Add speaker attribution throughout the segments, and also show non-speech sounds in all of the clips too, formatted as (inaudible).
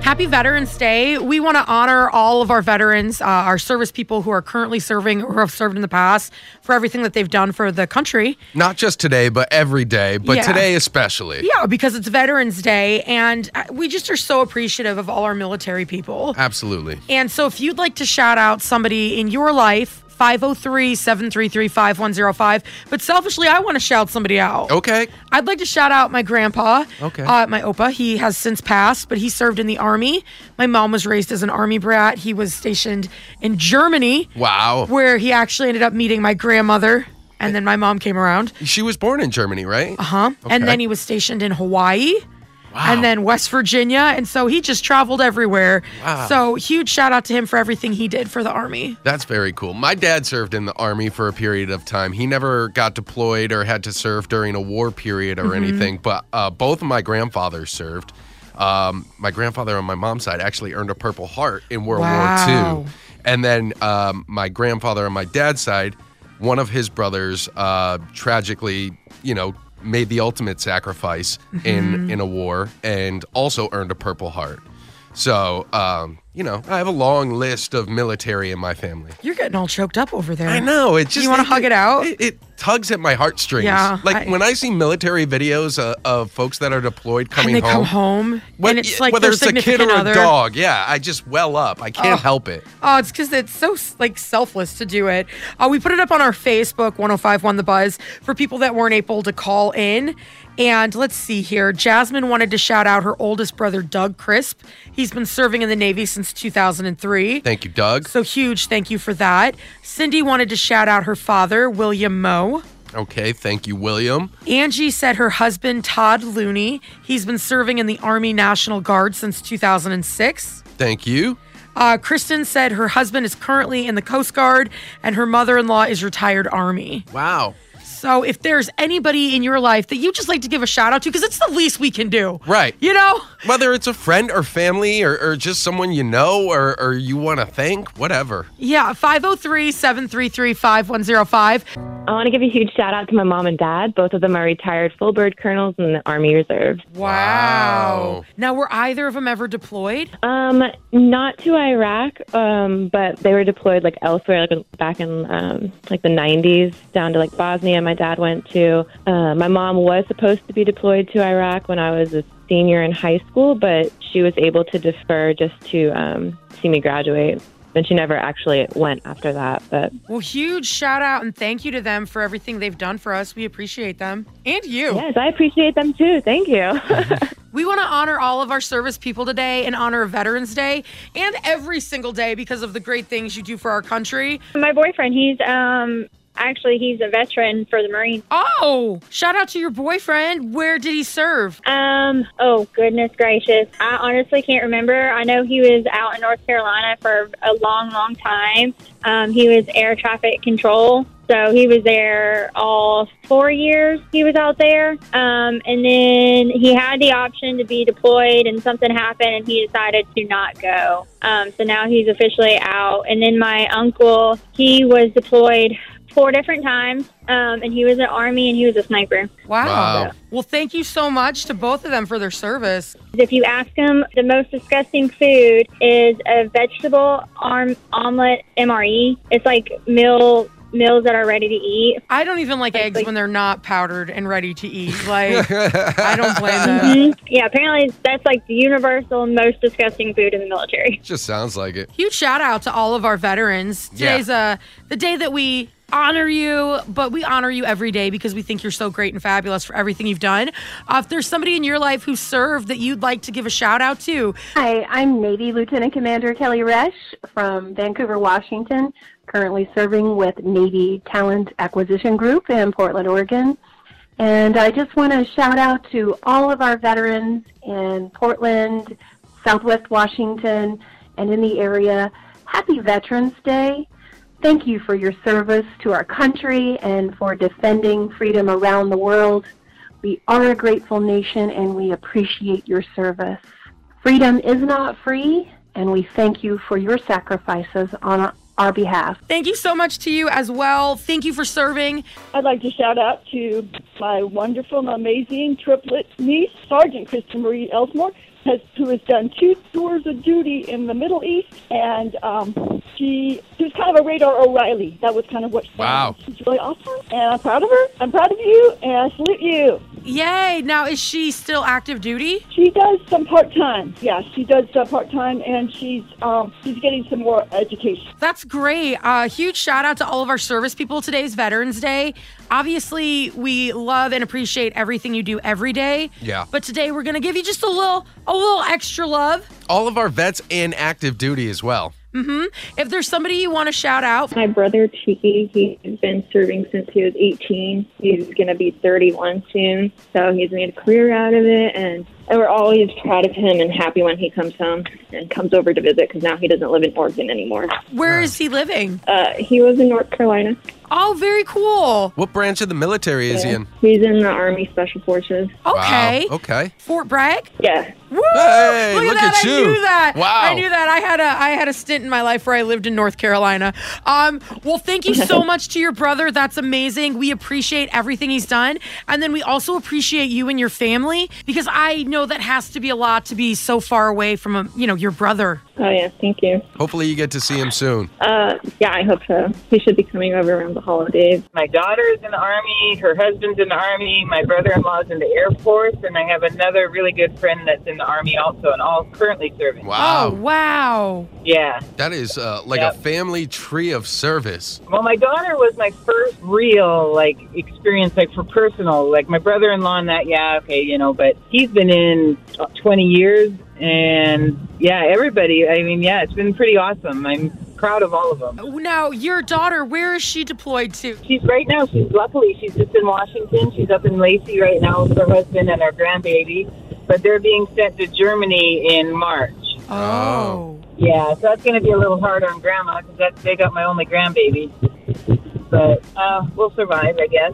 Speaker 1: Happy Veterans Day. We want to honor all of our veterans, uh, our service people who are currently serving or have served in the past for everything that they've done for the country.
Speaker 2: Not just today, but every day, but
Speaker 1: Yeah.
Speaker 2: today especially.
Speaker 1: Yeah, because it's Veterans Day, and uh, we just are so appreciative of all our military people.
Speaker 2: Absolutely.
Speaker 1: And so, if you'd like to shout out somebody in your life, 503 733 5105. But selfishly, I want to shout somebody out.
Speaker 2: Okay.
Speaker 1: I'd like to shout out my grandpa.
Speaker 2: Okay.
Speaker 1: Uh, my opa. He has since passed, but he served in the army. My mom was raised as an army brat. He was stationed in Germany,
Speaker 2: Wow.
Speaker 1: where he actually ended up meeting my grandmother, and then my mom came around.
Speaker 2: She was born in Germany, right?
Speaker 1: Uh huh.
Speaker 2: Okay.
Speaker 1: And then he was stationed in Hawaii. And then West Virginia. And so he just traveled everywhere.
Speaker 2: Wow.
Speaker 1: So huge shout out to him for everything he did for the army.
Speaker 2: That's very cool. My dad served in the army for a period of time. He never got deployed or had to serve during a war period or
Speaker 1: Mm-hmm.
Speaker 2: anything, but uh, both of my grandfathers served. Um, my grandfather on my mom's side actually earned a Purple Heart in World
Speaker 1: Wow.
Speaker 2: War II. And then um, my grandfather on my dad's side, one of his brothers uh, tragically, you know, made the ultimate sacrifice
Speaker 1: Mm-hmm.
Speaker 2: in in a war and also earned a Purple Heart. So, um, you know, I have a long list of military in my family.
Speaker 1: You're getting all choked up over there.
Speaker 2: I know. It just
Speaker 1: You wanna hug it out?
Speaker 2: It, it tugs at my heartstrings.
Speaker 1: Yeah,
Speaker 2: Like
Speaker 1: I-
Speaker 2: when I see military videos uh, of folks that are deployed coming
Speaker 1: and they
Speaker 2: home.
Speaker 1: come home,
Speaker 2: when-
Speaker 1: and it's like
Speaker 2: whether
Speaker 1: their
Speaker 2: it's a kid
Speaker 1: significant
Speaker 2: or
Speaker 1: other.
Speaker 2: a dog, yeah, I just well up. I can't help it.
Speaker 1: Oh, it's because it's so like selfless to do it. Uh, we put it up on our Facebook, 1051 The Buzz, for people that weren't able to call in. And let's see here. Jasmine wanted to shout out her oldest brother, Doug Crisp. He's been serving in the Navy since 2003.
Speaker 2: Thank you, Doug.
Speaker 1: So huge thank you for that. Cindy wanted to shout out her father, William Moe.
Speaker 2: Okay, thank you, William.
Speaker 1: Angie said her husband, Todd Looney, he's been serving in the Army National Guard since 2006.
Speaker 2: Thank you.
Speaker 1: Uh, Kristen said her husband is currently in the Coast Guard and her mother in law is retired Army.
Speaker 2: Wow.
Speaker 1: So if there's anybody in your life that you just like to give a shout out to, because it's the least we can do.
Speaker 2: Right.
Speaker 1: You know?
Speaker 2: Whether it's a friend or family or, or just someone you know or, or you want to thank, whatever. (laughs)
Speaker 1: Yeah, 503 733 5105.
Speaker 3: I want to give a huge shout out to my mom and dad. Both of them are retired full bird colonels in the Army Reserve.
Speaker 1: Wow.
Speaker 2: Wow.
Speaker 1: Now, were either of them ever deployed?
Speaker 3: Um, not to Iraq, um, but they were deployed like elsewhere, like back in um, like the 90s, down to like Bosnia. My dad went to. Uh, my mom was supposed to be deployed to Iraq when I was a senior in high school, but she was able to defer just to um, see me graduate. And she never actually went after that, but
Speaker 1: Well, huge shout out and thank you to them for everything they've done for us. We appreciate them and you.
Speaker 3: yes, I appreciate them too. Thank you. (laughs)
Speaker 1: We want to honor all of our service people today and honor Veterans Day and every single day because of the great things you do for our country.
Speaker 4: My boyfriend, he's um actually he's a veteran for the Marines.
Speaker 1: Oh, shout out to your boyfriend. Where did he serve?
Speaker 4: Um oh goodness gracious. I honestly can't remember. I know he was out in North Carolina for a long long time. Um he was air traffic control. So he was there all 4 years. He was out there. Um and then he had the option to be deployed and something happened and he decided to not go. Um so now he's officially out. And then my uncle, he was deployed four different times, um, and he was an army and he was a sniper.
Speaker 1: Wow.
Speaker 2: Wow.
Speaker 1: Well, thank you so much to both of them for their service.
Speaker 4: If you ask him, the most disgusting food is a vegetable arm omelet MRE. It's like meal meals that are ready to eat.
Speaker 1: I don't even like eggs when they're not powdered and ready to eat. Like,
Speaker 2: (laughs)
Speaker 1: I don't blame them.
Speaker 4: Mhm. Yeah, apparently that's like the universal most disgusting food in the military.
Speaker 2: Just sounds like it.
Speaker 1: Huge shout out to all of our veterans.
Speaker 2: Yeah.
Speaker 1: Today's uh, the day that we honor you, but we honor you every day because we think you're so great and fabulous for everything you've done. Uh, if there's somebody in your life who served that you'd like to give a shout out to,
Speaker 5: Hi, I'm Navy Lieutenant Commander Kelly Resch from Vancouver, Washington, currently serving with Navy Talent Acquisition Group in Portland, Oregon. And I just want to shout out to all of our veterans in Portland, Southwest Washington, and in the area. Happy Veterans Day. Thank you for your service to our country and for defending freedom around the world. We are a grateful nation and we appreciate your service. Freedom is not free, and we thank you for your sacrifices on our behalf.
Speaker 1: thank you so much to you as well. Thank you for serving.
Speaker 6: I'd like to shout out to my wonderful, amazing triplet niece, Sergeant Krista Marie Elsmore, has, who has done two tours of duty in the Middle East, and um, she she was kind of a radar O'Reilly. That was kind of what she
Speaker 2: Wow.
Speaker 6: She's really awesome, and I'm proud of her. I'm proud of you, and I salute you.
Speaker 1: Yay. Now, is she still active duty?
Speaker 6: She does some part time. Yeah, she does uh, part time, and she's um, she's getting some more education.
Speaker 1: That's great. Uh, huge shout out to all of our service people. Today's Veterans Day. Obviously, we love and appreciate everything you do every day.
Speaker 2: Yeah.
Speaker 1: But today we're gonna give you just a little, a little extra love. Mm-hmm.
Speaker 2: All of our vets and active duty as well.
Speaker 1: If there's somebody you want to shout out,
Speaker 3: My brother Cheeky, he's been serving since he was 18. He's going to be 31 soon, so he's made a career out of it, and, and we're always proud of him and happy when he comes home and comes over to visit because now he doesn't live in Oregon anymore.
Speaker 1: where is he living?
Speaker 3: Uh, he was in North Carolina.
Speaker 1: Oh, very cool.
Speaker 2: What branch of the military is he in?
Speaker 3: He's in the Army Special Forces.
Speaker 1: Okay.
Speaker 2: Wow. Oh. Okay.
Speaker 1: Fort Bragg.
Speaker 3: Yeah,
Speaker 1: Woo!
Speaker 2: Hey,
Speaker 1: look,
Speaker 2: look
Speaker 1: at that!
Speaker 2: at
Speaker 1: I
Speaker 2: you.
Speaker 1: knew that.
Speaker 2: Wow.
Speaker 1: I knew that. I had a I had a stint in my life where I lived in North Carolina. Um, well, thank you so much to your brother. That's amazing. We appreciate everything he's done, and then we also appreciate you and your family because I know that has to be a lot to be so far away from a, you know your brother.
Speaker 3: oh yeah, thank you.
Speaker 2: Hopefully you get to see him soon.
Speaker 3: Uh, yeah, I hope so. He should be coming over around the holidays.
Speaker 7: My daughter is in the Army, her husband's in the Army, my brother in law's in the Air Force, and I have another really good friend that's in the Army also and all currently serving.
Speaker 2: Wow.
Speaker 1: Oh wow!
Speaker 7: Yeah.
Speaker 2: That is uh, like a
Speaker 7: Yep.
Speaker 2: family tree of service.
Speaker 7: Well, my daughter was my first real, like, experience, like, for personal. Like, my brother in law and that, yeah, okay, you know, but he's been in 20 years, and yeah, everybody, I mean, yeah, it's been pretty awesome. I'm proud of all of them.
Speaker 1: Now your daughter, where is she deployed to?
Speaker 7: She's right now. She's luckily she's just in Washington. She's up in Lacey right now with her husband and her grandbaby. But they're being sent to Germany in March.
Speaker 1: Oh.
Speaker 7: Yeah, so that's going to be a little hard on Grandma because that's they got my only grandbaby. But uh, we'll survive, I guess.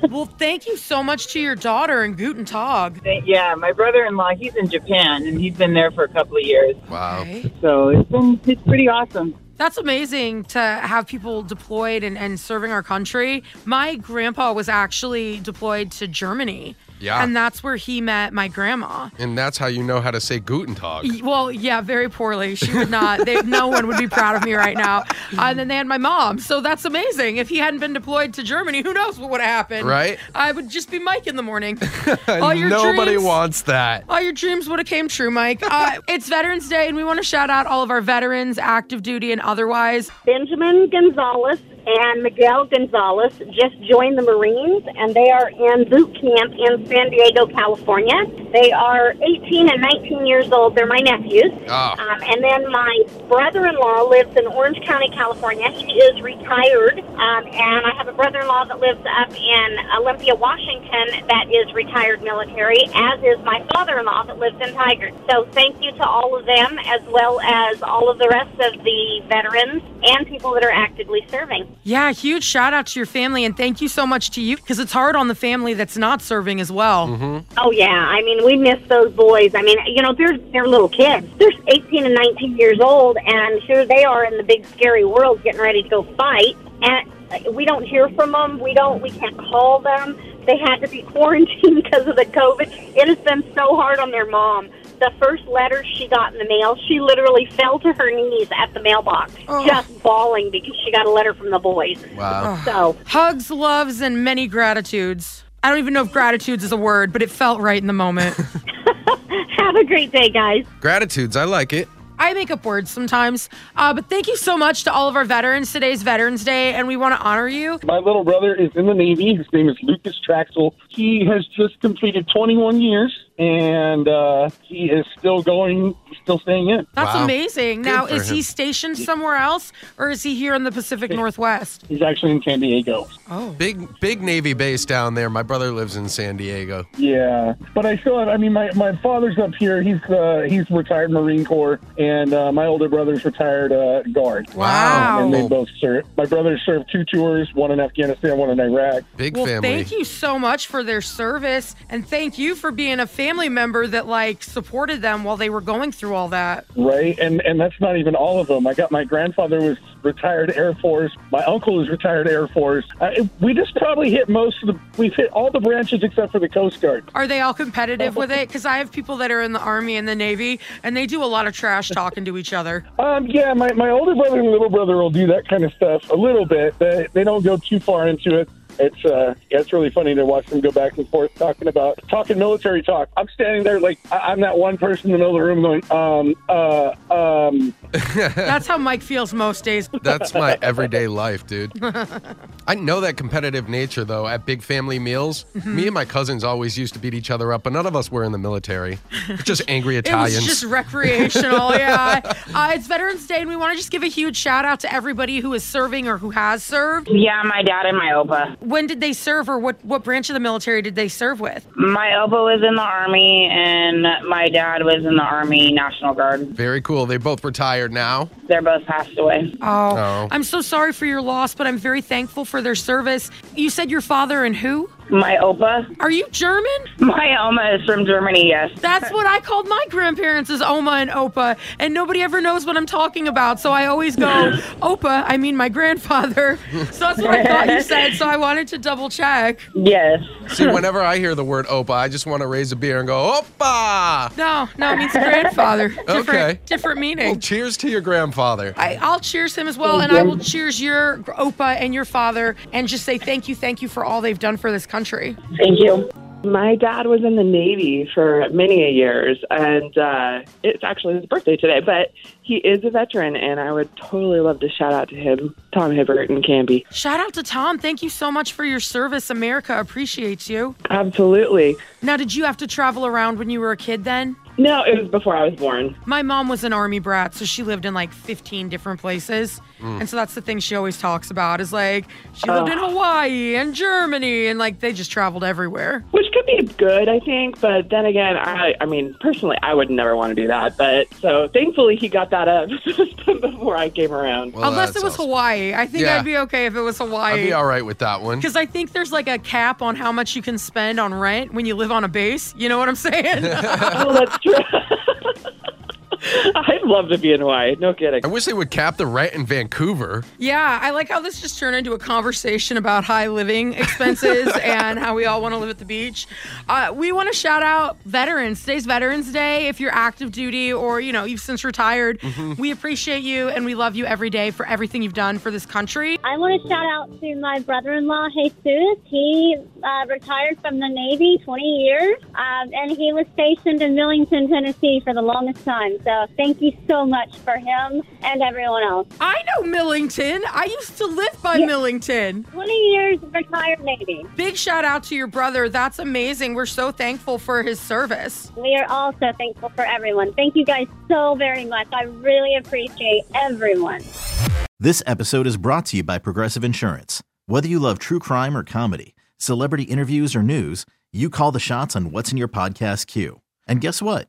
Speaker 7: (laughs)
Speaker 1: well, thank you so much to your daughter and Guten Tag.
Speaker 7: yeah, Uh, my brother-in-law he's in Japan and he's been there for a couple of years.
Speaker 2: Wow.
Speaker 1: Okay.
Speaker 7: So it's been it's pretty awesome.
Speaker 1: That's amazing to have people deployed and, and serving our country. My grandpa was actually deployed to Germany.
Speaker 2: Yeah.
Speaker 1: And that's where he met my grandma.
Speaker 2: And that's how you know how to say Guten Tag.
Speaker 1: Y- Well, yeah, very poorly. She would not.
Speaker 2: (laughs)
Speaker 1: They, no one would be proud of me right now. Uh, and then they had my mom. So that's amazing. If he hadn't been deployed to Germany, who knows what would have happened?
Speaker 2: Right?
Speaker 1: I would just be Mike in the morning.
Speaker 2: (laughs)
Speaker 1: All your
Speaker 2: Nobody
Speaker 1: dreams-
Speaker 2: wants that.
Speaker 1: all your dreams would have came true, Mike. Uh, it's Veterans Day, and we want to shout out all of our veterans, active duty and otherwise.
Speaker 8: Benjamin Gonzalez and Miguel Gonzalez just joined the Marines, and they are in boot camp in San Diego, California. They are 18 and 19 years old. They're my nephews.
Speaker 2: Oh,
Speaker 8: Um, and then my brother in law lives in Orange County, California. He is retired. Um, and I have a brother in law that lives up in Olympia, Washington, that is retired military, as is my father in law that lives in Tigard. So thank you to all of them, as well as all of the rest of the veterans and people that are actively serving.
Speaker 1: Yeah, huge shout out to your family, and thank you so much to you because it's hard on the family that's not serving as well.
Speaker 2: Mm-hmm.
Speaker 8: Oh yeah, I mean we miss those boys. I mean, you know, they're they're little kids. They're 18 and 19 years old, and sure they are in the big scary world, getting ready to go fight. and uh, we don't hear from them. We don't. We can't call them. They had to be quarantined (laughs) because of the COVID. It has been so hard on their mom. The first letter she got in the mail, she literally fell to her knees at the mailbox,
Speaker 1: Oh.
Speaker 8: just bawling because she got a letter from the boys.
Speaker 2: Wow.
Speaker 8: So
Speaker 1: Hugs, loves, and many gratitudes. I don't even know if gratitudes is a word, but it felt right in the
Speaker 2: (laughs)
Speaker 1: moment.
Speaker 8: (laughs) have a great day, guys.
Speaker 2: Gratitudes. I like it.
Speaker 1: I make up words sometimes. Uh, but thank you so much to all of our veterans. Today's Veterans Day, and we want to honor you.
Speaker 9: My little brother is in the Navy. His name is Lucas Traxel. He has just completed 21 years, and uh, he is still going, still staying in.
Speaker 1: That's
Speaker 2: Wow.
Speaker 1: amazing. now,
Speaker 2: for
Speaker 1: is he
Speaker 2: him.
Speaker 1: stationed somewhere else, or is he here in the
Speaker 2: (laughs)
Speaker 1: Pacific Northwest?
Speaker 9: He's actually in San Diego.
Speaker 1: Oh.
Speaker 2: Big big Navy base down there. My brother lives in San Diego.
Speaker 9: Yeah, but I still have. I mean, my, my father's up here. He's uh, he's retired Marine Corps, and uh, my older brother's retired uh, Guard.
Speaker 1: Wow.
Speaker 9: And they
Speaker 2: Cool.
Speaker 9: both served. My brother served two tours, one in Afghanistan, one in Iraq.
Speaker 2: Big
Speaker 1: Well,
Speaker 2: family.
Speaker 1: thank you so much for their service, and thank you for being a family member that like supported them while they were going through all that.
Speaker 9: Right, and and that's not even all of them. I got my grandfather was retired Air Force. My uncle is retired Air Force. I, we just probably hit most of the. We've hit all the branches except for the Coast Guard.
Speaker 1: Are they all competitive with it? Because I have people that are in the Army and the Navy, and they do a lot of trash talking to each other.
Speaker 9: Um, yeah, my, my older brother and little brother will do that kind of stuff a little bit. They they don't go too far into it. It's uh, yeah, it's really funny to watch them go back and forth talking about talking military talk. I'm standing there like I, I'm that one person in the middle of the room going, um, uh, um.
Speaker 1: That's how Mike feels most days.
Speaker 2: That's
Speaker 9: (laughs)
Speaker 2: my
Speaker 1: (laughs)
Speaker 2: everyday life, dude. I know that competitive nature, though, at big family meals.
Speaker 1: Mm-hmm.
Speaker 2: Me and my cousins always used to beat each other up, but none of us were in the military. We're just
Speaker 1: (laughs)
Speaker 2: angry
Speaker 1: It was
Speaker 2: Italians.
Speaker 1: just recreational, yeah. Uh, it's Veterans Day, and we want to just give a huge shout out to everybody who is serving or who has served.
Speaker 7: Yeah, my dad and my opa.
Speaker 1: When did they serve, or what, what branch of the military did they serve with?
Speaker 7: My opa was in the army, and my dad was in the army National Guard.
Speaker 2: Very cool. They both retired now.
Speaker 7: They're both passed away.
Speaker 1: Oh,
Speaker 2: Oh.
Speaker 1: I'm so sorry for your loss, but I'm very thankful for their service. You said your father and who?
Speaker 7: My opa,
Speaker 1: Are you German?
Speaker 7: my oma is from Germany. Yes.
Speaker 1: That's what I called my grandparents as Oma and Opa, and nobody ever knows what I'm talking about. So I always
Speaker 7: (laughs)
Speaker 1: go, Opa, I mean my grandfather. So that's what I thought you said. So I wanted to double check.
Speaker 7: Yes.
Speaker 10: (laughs)
Speaker 2: See, whenever I hear the word opa, I just want to raise a beer and go, opa!
Speaker 1: No, no, it means grandfather. Different,
Speaker 2: Okay.
Speaker 1: different
Speaker 2: Well,
Speaker 1: meaning.
Speaker 2: cheers to your grandfather.
Speaker 1: I, I'll cheers him as well, and I will cheers your Opa and your father, and just say thank you, thank you for all they've done for this country.
Speaker 7: Thank you.
Speaker 10: My dad was in the Navy for many a years, and uh, it's actually his birthday today. But he is a veteran, and I would totally love to shout out to him, Tom Hibbert and Canby.
Speaker 1: Shout out to Tom. Thank you so much for your service. America appreciates you.
Speaker 10: Absolutely.
Speaker 1: Now, did you have to travel around when you were a kid then?
Speaker 10: No, it was before I was born.
Speaker 1: My mom was an army brat, so she lived in like 15 different places.
Speaker 2: Mm.
Speaker 1: And so that's the thing she always talks about is like she
Speaker 10: Uh.
Speaker 1: lived in Hawaii and Germany and like they just traveled everywhere.
Speaker 10: Which could be good, I think, but then again, I, I mean, personally, I would never want to do that. But so thankfully, he got that up (laughs) before I came around.
Speaker 2: Well,
Speaker 1: Unless
Speaker 2: that's
Speaker 1: it was
Speaker 2: awesome.
Speaker 1: Hawaii. I think
Speaker 2: Yeah.
Speaker 1: I'd be okay if it was
Speaker 2: I'd be
Speaker 1: Hawaii.
Speaker 2: all right with
Speaker 1: (laughs)
Speaker 2: that one.
Speaker 1: Because I think there's like a cap on how much you can spend on rent when you live on a base. You know what I'm
Speaker 8: (laughs)
Speaker 1: saying?
Speaker 10: oh, that's true. I'd love to be in Hawaii. No kidding.
Speaker 2: I wish they would cap the rent in Vancouver.
Speaker 1: (laughs) yeah, I like how this just turned into a conversation about high living expenses and how we all want to live at the beach. Uh, we want to shout out veterans. Today's Veterans Day. If you're active duty or you know you've since retired, we appreciate you and we love you every day for everything you've done for this country.
Speaker 8: I want to shout out to my brother-in-law Jesus. He uh, retired from the Navy 20 years, um, and he was stationed in Millington, Tennessee, for the longest time. So thank you so much for him and everyone else.
Speaker 1: I know Millington. I used to live by Millington.
Speaker 8: 20 years of retired Navy.
Speaker 1: Big shout out to your brother. That's amazing. We're so thankful for his service.
Speaker 8: We are all so thankful for everyone. Thank you guys so very much. I really appreciate everyone.
Speaker 11: This episode is brought to you by Progressive Insurance. Whether you love true crime or comedy, celebrity interviews or news, you call the shots on what's in your podcast queue. And guess what?